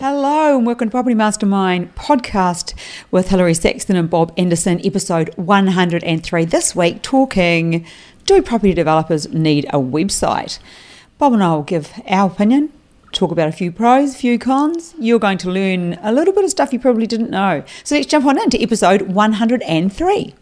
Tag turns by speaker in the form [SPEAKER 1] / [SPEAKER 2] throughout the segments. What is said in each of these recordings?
[SPEAKER 1] Hello and welcome to Property Mastermind podcast with Hilary Saxton and Bob Anderson, episode 103. This week, talking do property developers need a website? Bob and I will give our opinion, talk about a few pros, a few cons. You're going to learn a little bit of stuff you probably didn't know. So let's jump on into episode 103.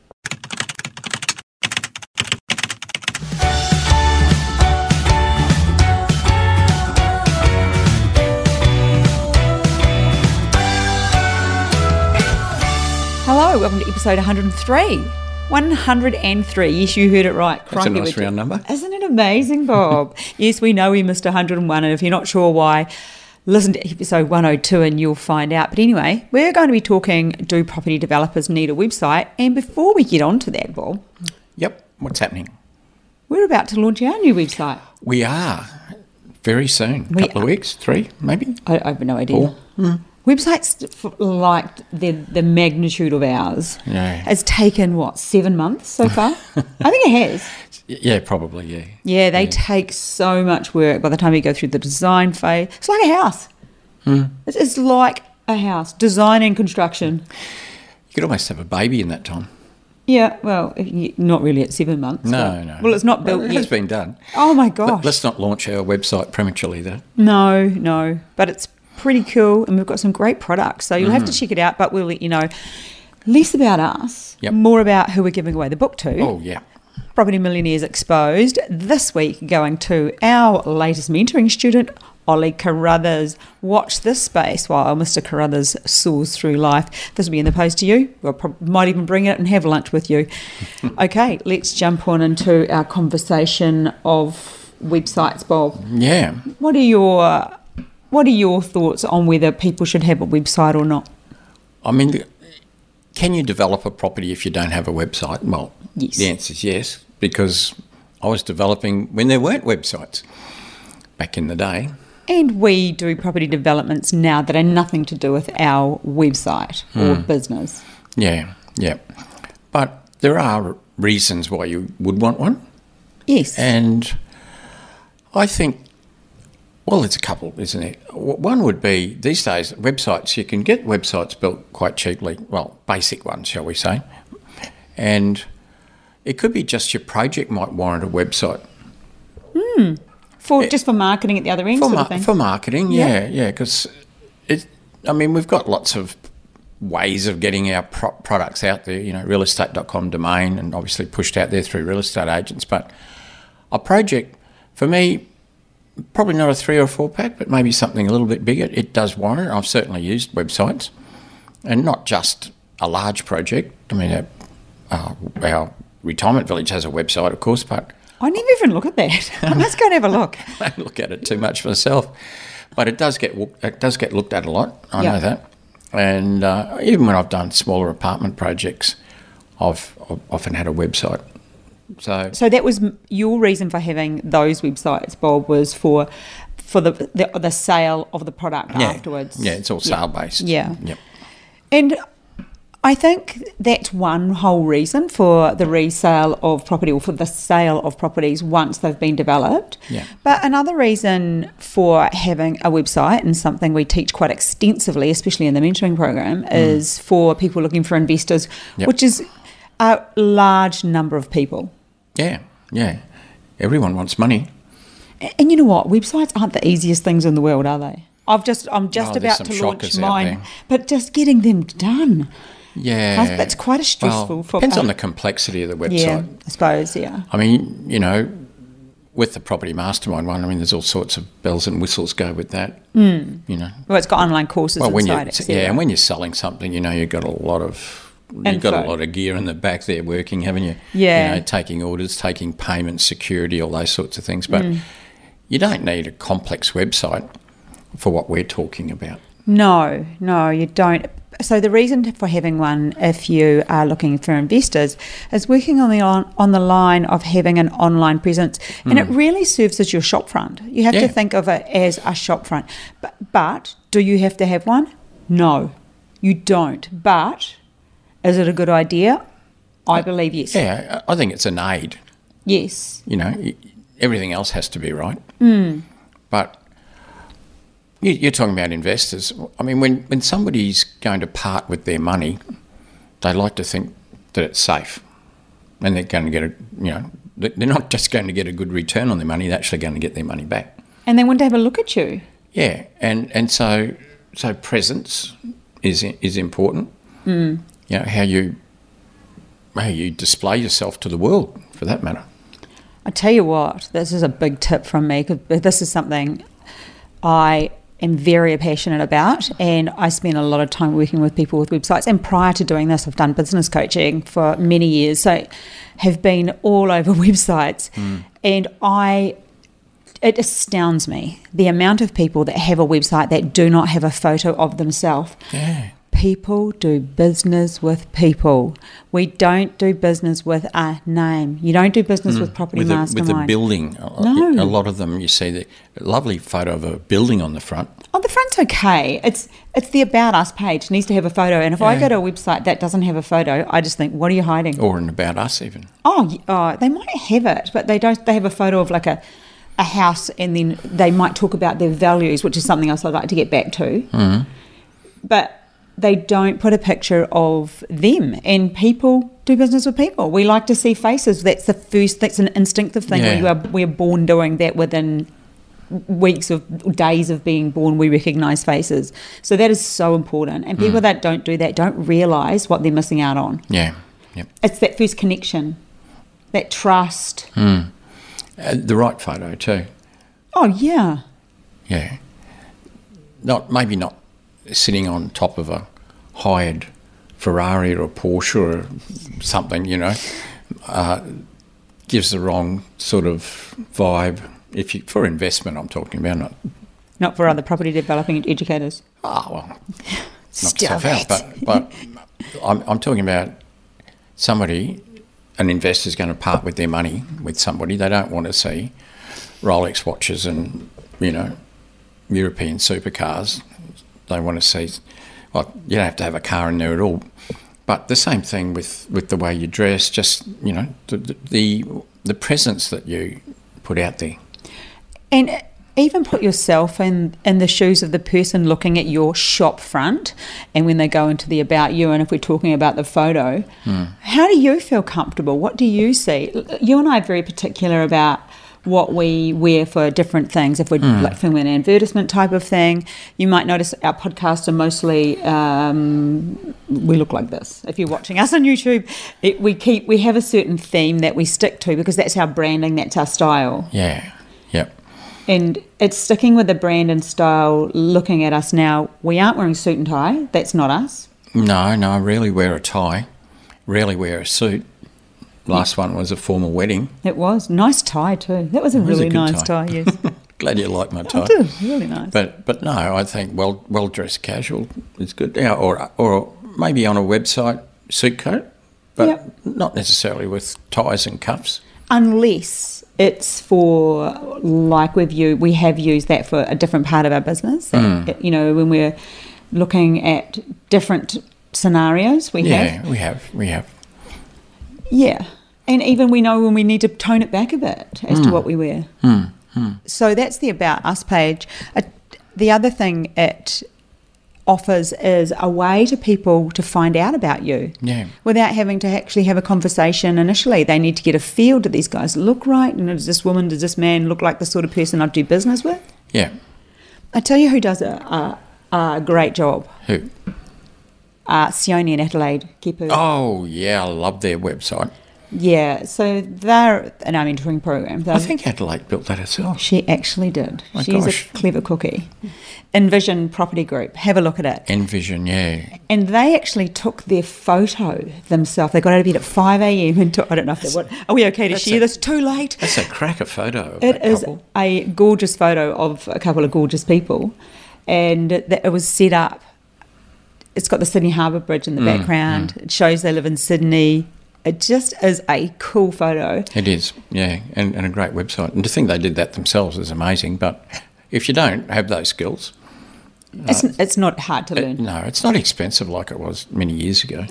[SPEAKER 1] Hello, welcome to episode 103. 103. Yes, you heard it right.
[SPEAKER 2] That's a
[SPEAKER 1] Crikey,
[SPEAKER 2] nice
[SPEAKER 1] we're-
[SPEAKER 2] round number.
[SPEAKER 1] Isn't it amazing, Bob? yes, we know we missed 101, and if you're not sure why, listen to episode 102 and you'll find out. But anyway, we're going to be talking do property developers need a website? And before we get on to that, Bob,
[SPEAKER 2] Yep. What's happening?
[SPEAKER 1] we're about to launch our new website.
[SPEAKER 2] We are very soon.
[SPEAKER 1] We
[SPEAKER 2] couple of weeks, three maybe.
[SPEAKER 1] I, I have no idea. Mm.
[SPEAKER 2] Cool.
[SPEAKER 1] Websites f- like the, the magnitude of ours
[SPEAKER 2] Yeah.
[SPEAKER 1] has taken, what, seven months so far? I think it has.
[SPEAKER 2] Y- Yeah, probably. Yeah.
[SPEAKER 1] Yeah, they take so much work by the time you go through the design phase. It's like a house.
[SPEAKER 2] Hmm.
[SPEAKER 1] It's, it's like a house, design and construction.
[SPEAKER 2] You could almost have a baby in that time.
[SPEAKER 1] Yeah, well, if you- not really at seven months.
[SPEAKER 2] No,
[SPEAKER 1] but-
[SPEAKER 2] no.
[SPEAKER 1] Well, it's not built
[SPEAKER 2] Well, it has
[SPEAKER 1] yet.
[SPEAKER 2] been done.
[SPEAKER 1] Oh my
[SPEAKER 2] Let-
[SPEAKER 1] gosh.
[SPEAKER 2] Let's not launch our website prematurely, though.
[SPEAKER 1] No, no, but it's pretty cool, and we've got some great products. So you'll have
[SPEAKER 2] Mm-hmm.
[SPEAKER 1] to check it out, but we'll let you know less about us,
[SPEAKER 2] Yep.
[SPEAKER 1] more about who we're giving away the book to.
[SPEAKER 2] Oh yeah.
[SPEAKER 1] Property Millionaires Exposed this week going to our latest mentoring student, Ollie Carruthers. Watch this space while Mr. Carruthers soars through life. This will be in the post to you. We might even bring it and have lunch with you. okay, let's jump on into our conversation of websites, Bob.
[SPEAKER 2] Mm-hmm. Yeah.
[SPEAKER 1] What are your what are your thoughts on whether people should have a website or not?
[SPEAKER 2] I mean, the- can you develop a property if you don't have a website? Well,
[SPEAKER 1] Yes.
[SPEAKER 2] the answer is yes, because I was developing when there weren't websites back in the day.
[SPEAKER 1] And we do property developments now that are nothing to do with our website or business.
[SPEAKER 2] Yeah, yeah. But there are reasons why you would want one.
[SPEAKER 1] Yes.
[SPEAKER 2] And I think, well, it's a couple, isn't it? W- One would be these days, websites, you can get websites built quite cheaply, well, basic ones, shall we say. And it could be just your project might warrant a website.
[SPEAKER 1] for just for marketing at the other end
[SPEAKER 2] For,
[SPEAKER 1] sort
[SPEAKER 2] mar-
[SPEAKER 1] of thing.
[SPEAKER 2] for marketing,
[SPEAKER 1] Yeah.
[SPEAKER 2] yeah, yeah, because it. I mean, we've got lots of ways of getting our pro- products out there. You know, realestate.com domain, and obviously pushed out there through real estate agents. But a project for me, probably not a three or four pack, but maybe something a little bit bigger. It does warrant. I've certainly used websites, and not just a large project. I mean, our, our, our retirement village has a website, of course, but
[SPEAKER 1] I never even look at that. I must go and have a look.
[SPEAKER 2] I don't look at it too much myself, but it does get it does get looked at a lot. I
[SPEAKER 1] Yeah.
[SPEAKER 2] know that, and uh, even when I've done smaller apartment projects, I've, I've often had a website. So
[SPEAKER 1] So that was m- your reason for having those websites, Bob, was for for the the, the sale of the product
[SPEAKER 2] yeah,
[SPEAKER 1] afterwards.
[SPEAKER 2] yeah, it's all
[SPEAKER 1] Yeah.
[SPEAKER 2] sale based.
[SPEAKER 1] Yeah.
[SPEAKER 2] yep.
[SPEAKER 1] And I think that's one whole reason for the resale of property or for the sale of properties once they've been developed.
[SPEAKER 2] Yeah.
[SPEAKER 1] But another reason for having a website and something we teach quite extensively, especially in the mentoring program, is for people looking for investors,
[SPEAKER 2] Mm. Yep.
[SPEAKER 1] which is a large number of people.
[SPEAKER 2] yeah, yeah. Everyone wants money.
[SPEAKER 1] A- And you know what? Websites aren't the easiest things in the world, are they? I've just I'm just
[SPEAKER 2] Oh, there's
[SPEAKER 1] about
[SPEAKER 2] some
[SPEAKER 1] to launch
[SPEAKER 2] shockers out
[SPEAKER 1] mine,
[SPEAKER 2] there.
[SPEAKER 1] but just getting them done.
[SPEAKER 2] Yeah,
[SPEAKER 1] that's quite a stressful
[SPEAKER 2] Well,
[SPEAKER 1] for-
[SPEAKER 2] depends on the complexity of the website.
[SPEAKER 1] Yeah, I suppose. Yeah.
[SPEAKER 2] I mean, you know, with the property mastermind one, I mean, there's all sorts of bells and whistles go with that.
[SPEAKER 1] Hmm.
[SPEAKER 2] Mm. You know,
[SPEAKER 1] Well, it's got online courses
[SPEAKER 2] Well, when you
[SPEAKER 1] inside it. so
[SPEAKER 2] yeah, and when you're selling something, you know you've got a lot of you've got
[SPEAKER 1] Info.
[SPEAKER 2] a lot of gear in the back there working, haven't you?
[SPEAKER 1] Yeah.
[SPEAKER 2] you know, taking orders, taking payments, security, all those sorts of things. But
[SPEAKER 1] Mm.
[SPEAKER 2] you don't need a complex website for what we're talking about.
[SPEAKER 1] No, no, you don't. So the reason for having one, if you are looking for investors, is working on the on, on the line of having an online presence, and it really serves as your shopfront. You have to
[SPEAKER 2] Hmm. Yeah.
[SPEAKER 1] think of it as a shopfront. But, but do you have to have one? No, you don't. But is it a good idea? I believe yes.
[SPEAKER 2] Uh, Yeah, I I think it's an aid.
[SPEAKER 1] Yes.
[SPEAKER 2] Mm. You know, y- everything else has to be right, but You- You're talking about investors. I mean, when, when somebody's going to part with their money, they like to think that it's safe, and they're going to get a you know they- they're not just going to get a good return on their money; they're actually going to get their money back.
[SPEAKER 1] And they want to have a look at you.
[SPEAKER 2] Yeah, and and so so presence is is important. Mm. You know how you how you display yourself to the world, for that matter.
[SPEAKER 1] I tell you what, this is a big tip from me 'cause this is something I am very passionate about, and I spend a lot of time working with people with websites. And prior to doing this, I've done business coaching for many years, so have been all over websites, and I. It astounds me the amount of people that have a website that do not have a photo of themselves
[SPEAKER 2] Yeah,
[SPEAKER 1] People do business with people. We don't do business with a name. You don't do business with property
[SPEAKER 2] Hmm. with a, with
[SPEAKER 1] mastermind.
[SPEAKER 2] a building. A-
[SPEAKER 1] No.
[SPEAKER 2] A lot of them, you see the lovely photo of a building on the front.
[SPEAKER 1] oh, the front's okay. It's it's the about us page needs to have a photo. And if I
[SPEAKER 2] Yeah.
[SPEAKER 1] go to a website that doesn't have a photo, I just think, what are you hiding?
[SPEAKER 2] or in about us even.
[SPEAKER 1] Oh, y- oh they might have it, but they don't. They have a photo of like a a house, and then they might talk about their values, which is something else I'd like to get back to. But they don't put a picture of them, and people do business with people. We like to see faces. That's the first. That's an instinctive thing.
[SPEAKER 2] Yeah.
[SPEAKER 1] We are we're born doing that within weeks of days of being born we recognize faces so that is so important and people that don't do that don't realize what they're missing out on
[SPEAKER 2] Yeah. Yep.
[SPEAKER 1] it's that first connection, that trust.
[SPEAKER 2] Uh, the right photo too.
[SPEAKER 1] Oh yeah,
[SPEAKER 2] Yeah. Not maybe not sitting on top of a hired Ferrari or a Porsche or something. You know, uh, gives the wrong sort of vibe. If you for investment, I'm talking about not.
[SPEAKER 1] not for other property developing educators.
[SPEAKER 2] Ah well, knock
[SPEAKER 1] Stop
[SPEAKER 2] yourself out.
[SPEAKER 1] it.
[SPEAKER 2] But but I'm I'm talking about somebody, an investor's going to part with their money with somebody they don't want to see Rolex watches and you know European supercars. They want to see. Well, you don't have to have a car in there at all. But the same thing with, with the way you dress, just you know the the the presence that you put out there.
[SPEAKER 1] And even put yourself in in the shoes of the person looking at your shop front, and when they go into the about you, and if we're talking about the photo, how do you feel comfortable? What do you see? You and I are very particular about what we wear for different things. If we're like filming an advertisement type of thing, you might notice our podcasts are mostly um, we look like this. If you're watching us on YouTube, it, we keep we have a certain theme that we stick to because that's our branding, that's our style.
[SPEAKER 2] Yeah, yep.
[SPEAKER 1] And it's sticking with the brand and style. Looking at us now, we aren't wearing suit and tie. That's not us.
[SPEAKER 2] No, no, I rarely wear a tie, rarely wear a suit. Last one was a formal wedding.
[SPEAKER 1] It was nice tie too. That was a
[SPEAKER 2] was a
[SPEAKER 1] really
[SPEAKER 2] good
[SPEAKER 1] nice tie.
[SPEAKER 2] tie.
[SPEAKER 1] Yes,
[SPEAKER 2] Glad you like my tie.
[SPEAKER 1] It was really nice.
[SPEAKER 2] But but no, I think well well dressed casual is good. Yeah, or or maybe on a website suit coat, but
[SPEAKER 1] Yep.
[SPEAKER 2] not necessarily with ties and cuffs.
[SPEAKER 1] Unless it's for like we've u- we have used that for a different part of our business.
[SPEAKER 2] Hmm.
[SPEAKER 1] You know, when we're looking at different scenarios, we have
[SPEAKER 2] Yeah, we have we have.
[SPEAKER 1] Yeah. And even we know when we need to tone it back a bit as
[SPEAKER 2] Hmm.
[SPEAKER 1] to what we wear. So that's the About Us page. Uh, The other thing it offers is a way to people to find out about you
[SPEAKER 2] Yeah.
[SPEAKER 1] without having to actually have a conversation initially. They need to get a feel do these guys look right? And does this woman, does this man look like the sort of person I'd do business with?
[SPEAKER 2] Yeah.
[SPEAKER 1] I tell you who does a, a, a great job
[SPEAKER 2] Who?
[SPEAKER 1] uh, Sione and Adelaide Kipu.
[SPEAKER 2] Oh yeah, I love their website.
[SPEAKER 1] Yeah, so they're in our mentoring program. They're
[SPEAKER 2] I think Adelaide built that herself.
[SPEAKER 1] She actually did.
[SPEAKER 2] Oh My
[SPEAKER 1] She's
[SPEAKER 2] gosh.
[SPEAKER 1] a clever cookie. Envision Property Group. Have a look at it.
[SPEAKER 2] Envision, yeah.
[SPEAKER 1] And they actually took their photo themselves. They got out of bed at 5 a.m. and took, I don't know if they would. Are we okay to
[SPEAKER 2] That's
[SPEAKER 1] share
[SPEAKER 2] a-
[SPEAKER 1] this? Too late.
[SPEAKER 2] That's a cracker photo of
[SPEAKER 1] It
[SPEAKER 2] that
[SPEAKER 1] is
[SPEAKER 2] couple.
[SPEAKER 1] a gorgeous photo of a couple of gorgeous people, and that it was set up. It's got the Sydney Harbour Bridge in the
[SPEAKER 2] Mm,
[SPEAKER 1] background. It shows they live in Sydney. It just is a cool photo.
[SPEAKER 2] It is, yeah, and, and a great website. And to think they did that themselves is amazing. But if you don't have those skills,
[SPEAKER 1] It's, it's not hard to learn.
[SPEAKER 2] no, it's not expensive like it was many years ago.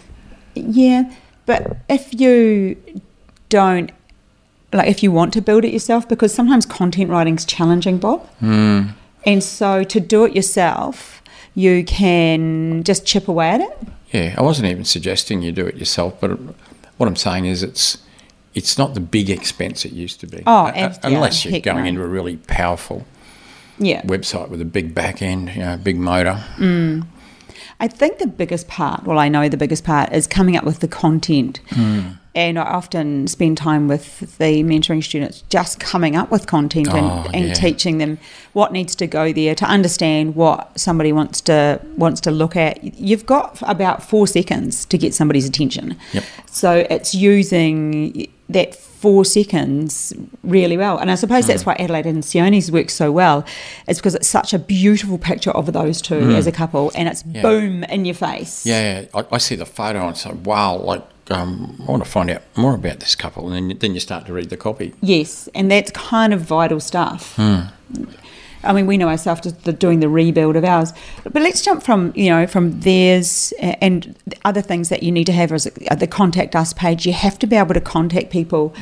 [SPEAKER 1] Yeah, but if you don't like if you want to build it yourself because sometimes content writing's challenging, Bob. And so to do it yourself, you can just chip away at it.
[SPEAKER 2] Yeah, I wasn't even suggesting you do it yourself, but what I'm saying is it's it's not the big expense it used to be.
[SPEAKER 1] Oh,
[SPEAKER 2] Uh,
[SPEAKER 1] and-
[SPEAKER 2] uh,
[SPEAKER 1] yeah,
[SPEAKER 2] unless you're
[SPEAKER 1] heck
[SPEAKER 2] going
[SPEAKER 1] no.
[SPEAKER 2] into a really powerful
[SPEAKER 1] Yeah.
[SPEAKER 2] website with a big back end, you know, a big motor.
[SPEAKER 1] I think the biggest part, well, I know the biggest part is coming up with the content.
[SPEAKER 2] Hmm.
[SPEAKER 1] And I often spend time with the mentoring students just coming up with content and,
[SPEAKER 2] Oh,
[SPEAKER 1] and
[SPEAKER 2] yeah.
[SPEAKER 1] teaching them what needs to go there to understand what somebody wants to wants to look at. You've got about four seconds to get somebody's attention.
[SPEAKER 2] Yep.
[SPEAKER 1] So it's using that four seconds really well. And I suppose that's
[SPEAKER 2] Hmm.
[SPEAKER 1] why Adelaide and Sione's work so well, is because it's such a beautiful picture of those two
[SPEAKER 2] Hmm.
[SPEAKER 1] as a couple and it's boom in your face.
[SPEAKER 2] Yeah, I, I see the photo and say, wow, like um, I want to find out more about this couple, and then you- then you start to read the copy.
[SPEAKER 1] Yes, and that's kind of vital stuff. I mean, we know ourselves just the, doing the rebuild of ours, but let's jump from you know from theirs a- and the other things that you need to have is uh, the contact us page. You have to be able to contact people.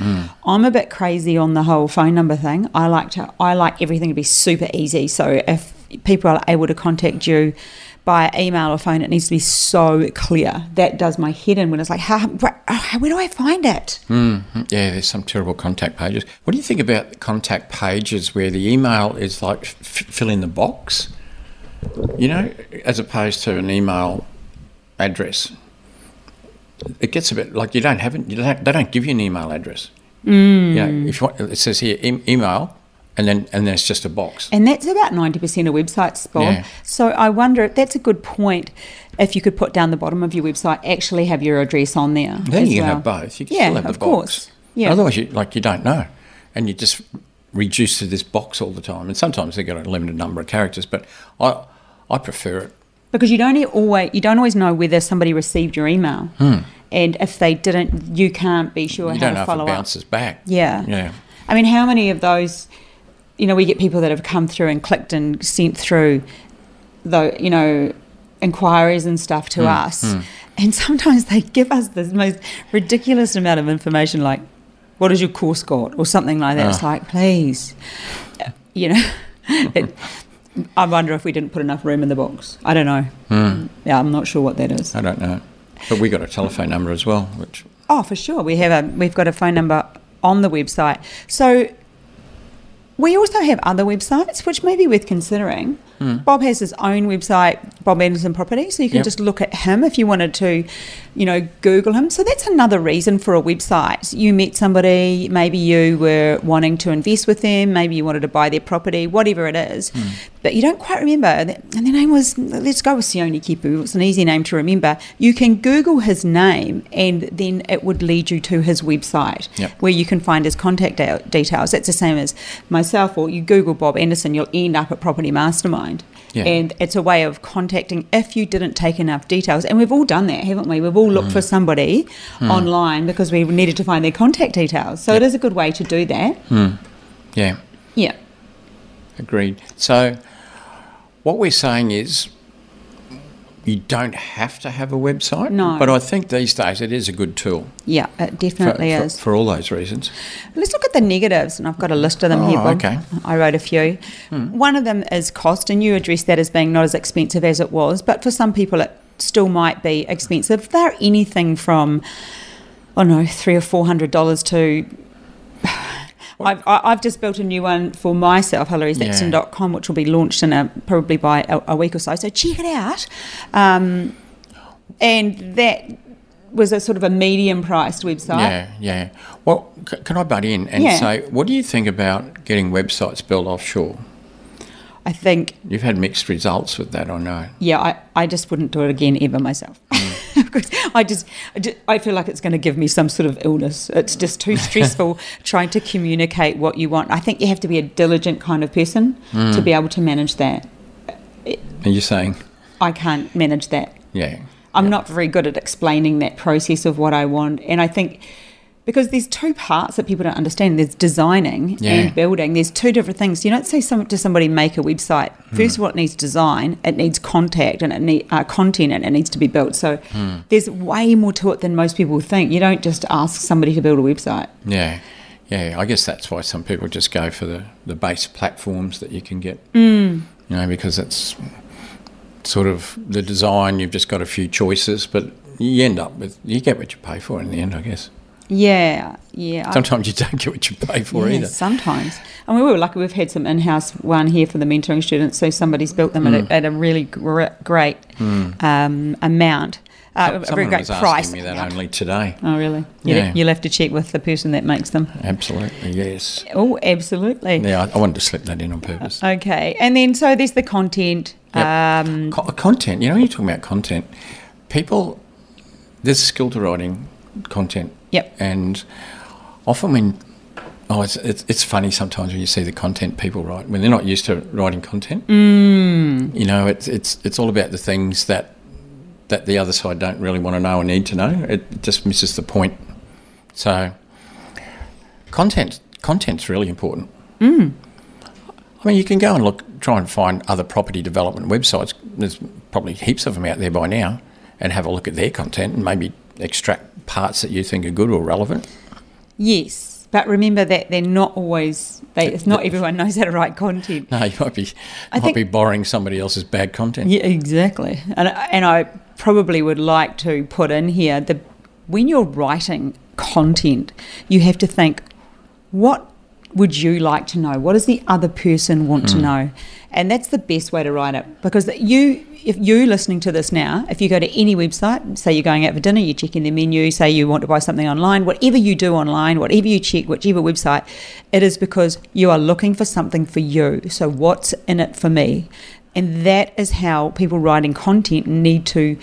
[SPEAKER 1] I'm a bit crazy on the whole phone number thing. I like to I like everything to be super easy. So if people are able to contact you by email or phone, it needs to be so clear. That does my head in when it's like, how, where, oh, where do I find it?
[SPEAKER 2] Mm-hmm. Yeah, there's some terrible contact pages. What do you think about the contact pages where the email is like f- fill in the box? You know, as opposed to an email address. It gets a bit like you don't have it. You don't, they don't give you an email address. Mm. You know, if you want, it says here em email, and then and then it's just a box.
[SPEAKER 1] And that's about 90% of websites, Bob.
[SPEAKER 2] Yeah.
[SPEAKER 1] So I wonder if that's a good point if you could put down the bottom of your website, actually have your address on there.
[SPEAKER 2] Then
[SPEAKER 1] as
[SPEAKER 2] you can
[SPEAKER 1] well.
[SPEAKER 2] have both. You can
[SPEAKER 1] yeah,
[SPEAKER 2] still have the
[SPEAKER 1] of
[SPEAKER 2] box.
[SPEAKER 1] course. Yeah.
[SPEAKER 2] Otherwise, you like you don't know, and you just reduce to this box all the time. And sometimes they've got a limited number of characters, but I I prefer it.
[SPEAKER 1] because you don't e- always you don't always know whether somebody received your email. And if they didn't, you can't be sure
[SPEAKER 2] Hmm. You
[SPEAKER 1] how
[SPEAKER 2] don't
[SPEAKER 1] to
[SPEAKER 2] know if
[SPEAKER 1] follow
[SPEAKER 2] it
[SPEAKER 1] up.
[SPEAKER 2] bounces back.
[SPEAKER 1] Yeah.
[SPEAKER 2] Yeah.
[SPEAKER 1] I mean, how many of those, you know, we get people that have come through and clicked and sent through, though, you know, inquiries and stuff to us. And sometimes they give us the most ridiculous amount of information, like, what is your course got? Or something like that. It's like, please, Uh, you know, it, I wonder if we didn't put enough room in the box. I don't know. Yeah, I'm not sure what that is.
[SPEAKER 2] I don't know, but we got a telephone number as well, which
[SPEAKER 1] Oh, for sure. We have a we've got a phone number on the website. So we also have other websites which may be worth considering. Bob has his own website, Bob Anderson Property, so you can
[SPEAKER 2] Yep.
[SPEAKER 1] just look at him if you wanted to, you know, Google him. So that's another reason for a website. You met somebody, maybe you were wanting to invest with them, maybe you wanted to buy their property, whatever it is,
[SPEAKER 2] Hmm.
[SPEAKER 1] but you don't quite remember. that- And their name was, let's go with Sione Kipu, it's an easy name to remember. You can Google his name and then it would lead you to his website
[SPEAKER 2] Yep.
[SPEAKER 1] where you can find his contact de- details. That's the same as myself, or you Google Bob Anderson, you'll end up at Property Mastermind.
[SPEAKER 2] Yeah.
[SPEAKER 1] And it's a way of contacting if you didn't take enough details. And we've all done that, haven't we? We've all looked for somebody online because we needed to find their contact details. So it is a good way to do that.
[SPEAKER 2] yeah,
[SPEAKER 1] Yeah.
[SPEAKER 2] agreed. So what we're saying is. You don't have to have a website,
[SPEAKER 1] No.
[SPEAKER 2] but I think these days it is a good tool
[SPEAKER 1] Yeah, it
[SPEAKER 2] for,
[SPEAKER 1] definitely
[SPEAKER 2] for-
[SPEAKER 1] is.
[SPEAKER 2] for all those reasons.
[SPEAKER 1] Let's look at the negatives, and I've got a list of them
[SPEAKER 2] Oh,
[SPEAKER 1] here. Bob.
[SPEAKER 2] okay. Hmm.
[SPEAKER 1] I wrote a few. One of them is cost, and you addressed that as being not as expensive as it was, but for some people it still might be expensive. They're anything from I don't know three or four hundred dollars to. I've, I- I've just built a new one for myself, hilarysexton.com, which will be launched in a, probably by a, a week or so. So check it out. Um, and that was a sort of a medium priced website.
[SPEAKER 2] Yeah, yeah. Well, c- can I butt in and
[SPEAKER 1] Yeah.
[SPEAKER 2] say, what do you think about getting websites built offshore?
[SPEAKER 1] I think
[SPEAKER 2] You've had mixed results with that, I know.
[SPEAKER 1] yeah, I, I just wouldn't do it again ever myself. Because I just, I ju- I feel like it's going to give me some sort of illness. It's just too stressful trying to communicate what you want. I think you have to be a diligent kind of person to be able to manage that.
[SPEAKER 2] Are you saying,
[SPEAKER 1] I can't manage that.
[SPEAKER 2] yeah,
[SPEAKER 1] I'm not very good at explaining that process of what I want. And I think because there's two parts that people don't understand there's designing
[SPEAKER 2] Yeah.
[SPEAKER 1] and building, there's two different things. You don't say some, to somebody, make a website.
[SPEAKER 2] Hmm.
[SPEAKER 1] First of all, it needs design, it needs contact, and it need, uh, content, and it needs to be built. So
[SPEAKER 2] Hmm.
[SPEAKER 1] there's way more to it than most people think. You don't just ask somebody to build a website.
[SPEAKER 2] yeah, Yeah, I guess that's why some people just go for the, the base platforms that you can get.
[SPEAKER 1] Mm.
[SPEAKER 2] You know, because that's sort of the design, you've just got a few choices, but you end up with, you get what you pay for in the end, I guess.
[SPEAKER 1] Yeah, yeah. I-
[SPEAKER 2] Sometimes you don't get what you pay for
[SPEAKER 1] yeah,
[SPEAKER 2] either.
[SPEAKER 1] Sometimes. And we were lucky, we've had some in house one here for the mentoring students, so somebody's built them
[SPEAKER 2] Mm.
[SPEAKER 1] at, a, at a really gr- great um, amount, uh, a very
[SPEAKER 2] Someone
[SPEAKER 1] great
[SPEAKER 2] was
[SPEAKER 1] price.
[SPEAKER 2] asking me that
[SPEAKER 1] amount.
[SPEAKER 2] only today.
[SPEAKER 1] Oh, really? You,
[SPEAKER 2] Yeah.
[SPEAKER 1] You'll have to check with the person that makes them.
[SPEAKER 2] Absolutely, yes.
[SPEAKER 1] Oh, absolutely.
[SPEAKER 2] Yeah, I, I wanted to slip that in on purpose.
[SPEAKER 1] Okay. And then, so there's the content.
[SPEAKER 2] Yep.
[SPEAKER 1] Um,
[SPEAKER 2] Co- content, you know, when you're talking about content, people, there's skill to writing content.
[SPEAKER 1] Yep.
[SPEAKER 2] And often when, oh, it's, it's, it's funny sometimes when you see the content people write, when they're not used to writing content. Mm. You know, it's, it's, it's all about the things that, that the other side don't really want to know or need to know. It just misses the point. So content, content's really important. I mean, you can go and look, try and find other property development websites. There's probably heaps of them out there by now, and have a look at their content and maybe extract parts that you think are good or relevant.
[SPEAKER 1] yes. But remember that they're not always, they, it's not everyone knows how to write content.
[SPEAKER 2] No, you might be
[SPEAKER 1] I
[SPEAKER 2] might
[SPEAKER 1] think-
[SPEAKER 2] be borrowing somebody else's bad content.
[SPEAKER 1] Yeah, exactly. And and I probably would like to put in here the when you're writing content, you have to think what would you like to know? What does the other person want to know? And that's the best way to write it because you if you listening to this now, if you go to any website, say you're going out for dinner, you check in the menu, say you want to buy something online, whatever you do online, whatever you check, whichever website, it is because you are looking for something for you. So what's in it for me? And that is how people writing content need to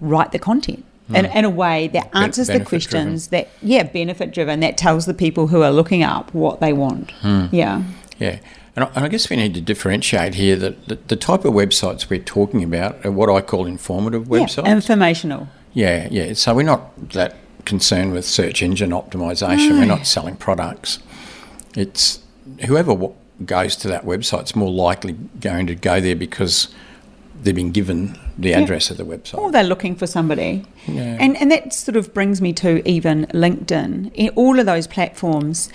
[SPEAKER 1] write the content. And in a way that
[SPEAKER 2] Ben-
[SPEAKER 1] answers the
[SPEAKER 2] benefit
[SPEAKER 1] questions that, yeah, benefit driven, that tells the people who are looking up what they want. Yeah.
[SPEAKER 2] Yeah. And I, and I guess we need to differentiate here that the, the type of websites we're talking about are what I call informative websites.
[SPEAKER 1] Yeah. Informational.
[SPEAKER 2] Yeah, yeah. So we're not that concerned with search engine optimization. We're not selling products. It's whoever w- goes to that website's more likely going to go there because they've been given the address of the
[SPEAKER 1] Oh,
[SPEAKER 2] website.
[SPEAKER 1] they're looking for somebody.
[SPEAKER 2] Yeah.
[SPEAKER 1] And and that sort of brings me to even LinkedIn. In all of those platforms,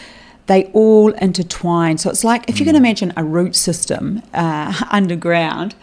[SPEAKER 1] they all intertwine. So it's like if you can imagine a root system uh, underground,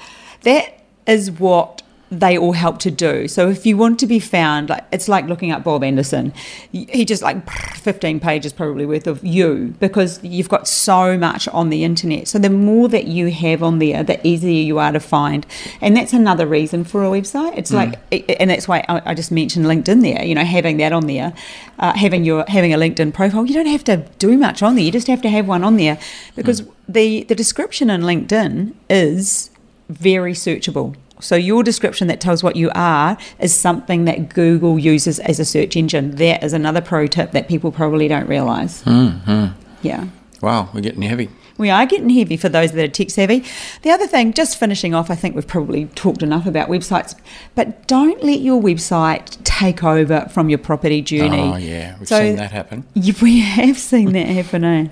[SPEAKER 1] that is what they all help to do. So if you want to be found, like it's like looking up Bob Anderson. Y- He just like 15 pages probably worth of you because you've got so much on the internet. So the more that you have on there, the easier you are to find. And that's another reason for a website. It's like, i- and that's why I, I just mentioned LinkedIn there. You know, having that on there, uh, having your having a LinkedIn profile, you don't have to do much on there. You just have to have one on there because the the description in LinkedIn is very searchable. So your description that tells what you are is something that Google uses as a search engine. That is another pro tip that people probably don't realize. Mm-hmm. Yeah.
[SPEAKER 2] Wow, we're getting heavy.
[SPEAKER 1] We are getting heavy for those that are tech savvy. The other thing, just finishing off, I think we've probably talked enough about websites, but don't let your website take over from your property journey.
[SPEAKER 2] Oh, yeah. We've
[SPEAKER 1] So-
[SPEAKER 2] seen that happen.
[SPEAKER 1] You- We have seen that happen, eh?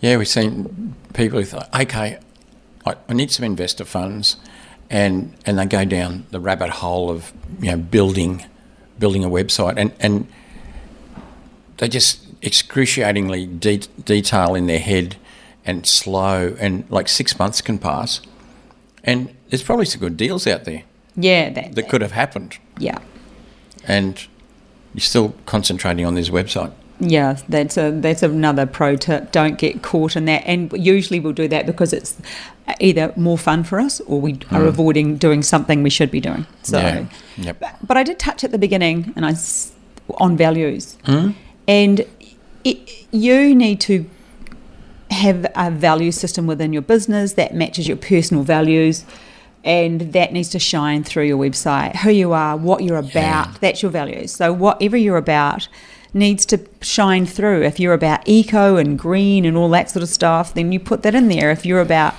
[SPEAKER 2] Yeah, we've seen people who thought, okay, I, I need some investor funds, and and they go down the rabbit hole of you know building, building a website, and and they just excruciatingly de- detail in their head, and slow, and like six months can pass, and there's probably some good deals out there
[SPEAKER 1] Yeah, that,
[SPEAKER 2] that could have happened,
[SPEAKER 1] yeah.
[SPEAKER 2] and you're still concentrating on this website.
[SPEAKER 1] Yeah, that's a that's another pro tip. Don't get caught in that. And usually we'll do that because it's either more fun for us or we are avoiding doing something we should be doing. So,
[SPEAKER 2] Hmm. Yeah. Yep.
[SPEAKER 1] but, but I did touch at the beginning, and I s- on values, and it, you need to have a value system within your business that matches your personal values. And that needs to shine through your website. Who you are, what you're about, that's your values. So, whatever you're about needs to shine through. If you're about eco and green and all that sort of stuff, then you put that in there. If you're about,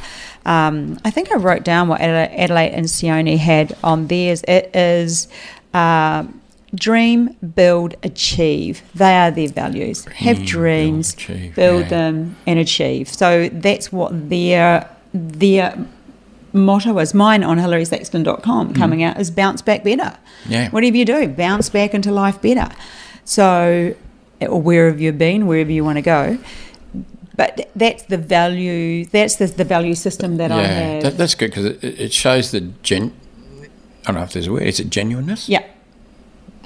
[SPEAKER 1] um, I think I wrote down what Adela- Adelaide and Sione had on theirs. It is um dream, build, achieve. They are their values. Have dreams,
[SPEAKER 2] Mm, achieve,
[SPEAKER 1] build
[SPEAKER 2] yeah.
[SPEAKER 1] them, and achieve. So that's what their their motto is. Mine on hilarysexton.com coming out is bounce back better.
[SPEAKER 2] Mm. Yeah.
[SPEAKER 1] Whatever you do, bounce back into life better. So or wherever you've been, wherever you want to go. But that's the value. That's the, the value system that I
[SPEAKER 2] yeah,
[SPEAKER 1] have.
[SPEAKER 2] that, that's good because it, it shows the gen. I don't know if there's a word. Is it genuineness
[SPEAKER 1] yeah,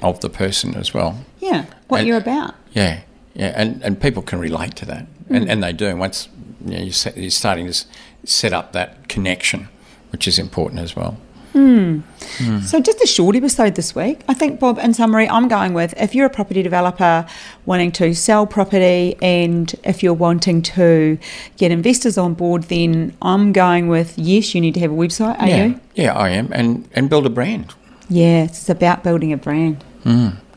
[SPEAKER 2] of the person as well?
[SPEAKER 1] yeah. What
[SPEAKER 2] And-
[SPEAKER 1] you're about.
[SPEAKER 2] Yeah, yeah, and and people can relate to that,
[SPEAKER 1] Mm.
[SPEAKER 2] and and they do. And once you know, you set, you're starting to s- set up that connection, which is important as well.
[SPEAKER 1] So, just a short episode this week. I think, Bob, in summary, I'm going with if you're a property developer wanting to sell property and if you're wanting to get investors on board, then I'm going with yes, you need to have a website, are
[SPEAKER 2] yeah,
[SPEAKER 1] you?
[SPEAKER 2] yeah, I am, and and build a brand,
[SPEAKER 1] Yeah, it's about building a brand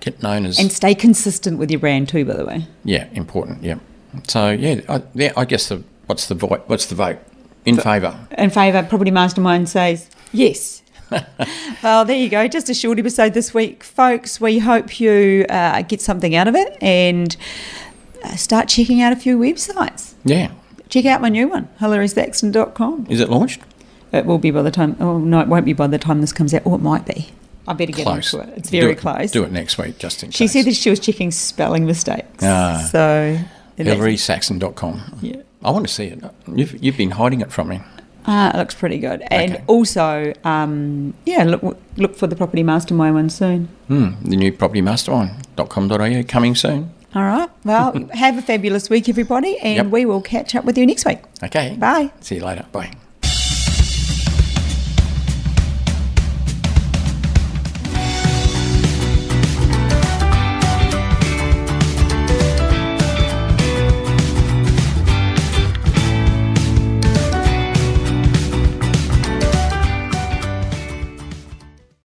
[SPEAKER 2] get known as
[SPEAKER 1] and stay consistent with your brand too, by the way.
[SPEAKER 2] yeah, important. Yeah, so yeah, I, yeah, I guess the what's the vote? What's the vote in favour?
[SPEAKER 1] In favour, Property Mastermind says yes. well, there you go. Just a short episode this week, folks. We hope you uh, get something out of it and uh, start checking out a few websites.
[SPEAKER 2] Yeah,
[SPEAKER 1] check out my new one, hilarysaxton.com.
[SPEAKER 2] is it launched?
[SPEAKER 1] It will be by the time, oh no, it won't be by the time this comes out, or it might be. I better get
[SPEAKER 2] Close.
[SPEAKER 1] onto it. It's very
[SPEAKER 2] do it,
[SPEAKER 1] close.
[SPEAKER 2] Do it next week, just in
[SPEAKER 1] she
[SPEAKER 2] case.
[SPEAKER 1] said that she was checking spelling mistakes.
[SPEAKER 2] Ah.
[SPEAKER 1] so, and that's-
[SPEAKER 2] HillarySaxon.com.
[SPEAKER 1] Yeah.
[SPEAKER 2] I want to see it. You've, you've been hiding it from me.
[SPEAKER 1] ah, it looks pretty good. And
[SPEAKER 2] Okay.
[SPEAKER 1] also, um, yeah, look look for the Property Mastermind one soon.
[SPEAKER 2] Hmm, the new propertymastermind.com.au coming soon.
[SPEAKER 1] All right. Well, have a fabulous week, everybody, and
[SPEAKER 2] Yep.
[SPEAKER 1] we will catch up with you next week.
[SPEAKER 2] Okay.
[SPEAKER 1] Bye.
[SPEAKER 2] See you later. Bye.